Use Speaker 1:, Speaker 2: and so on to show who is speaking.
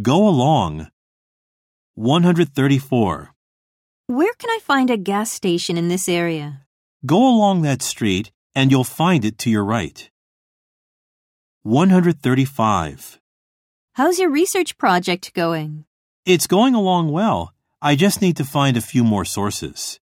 Speaker 1: Go along. 134.
Speaker 2: Where can I find a gas station in this area?
Speaker 1: Go along that street and you'll find it to your right. 135.
Speaker 2: How's your research project going?
Speaker 1: It's going along well. I just need to find a few more sources.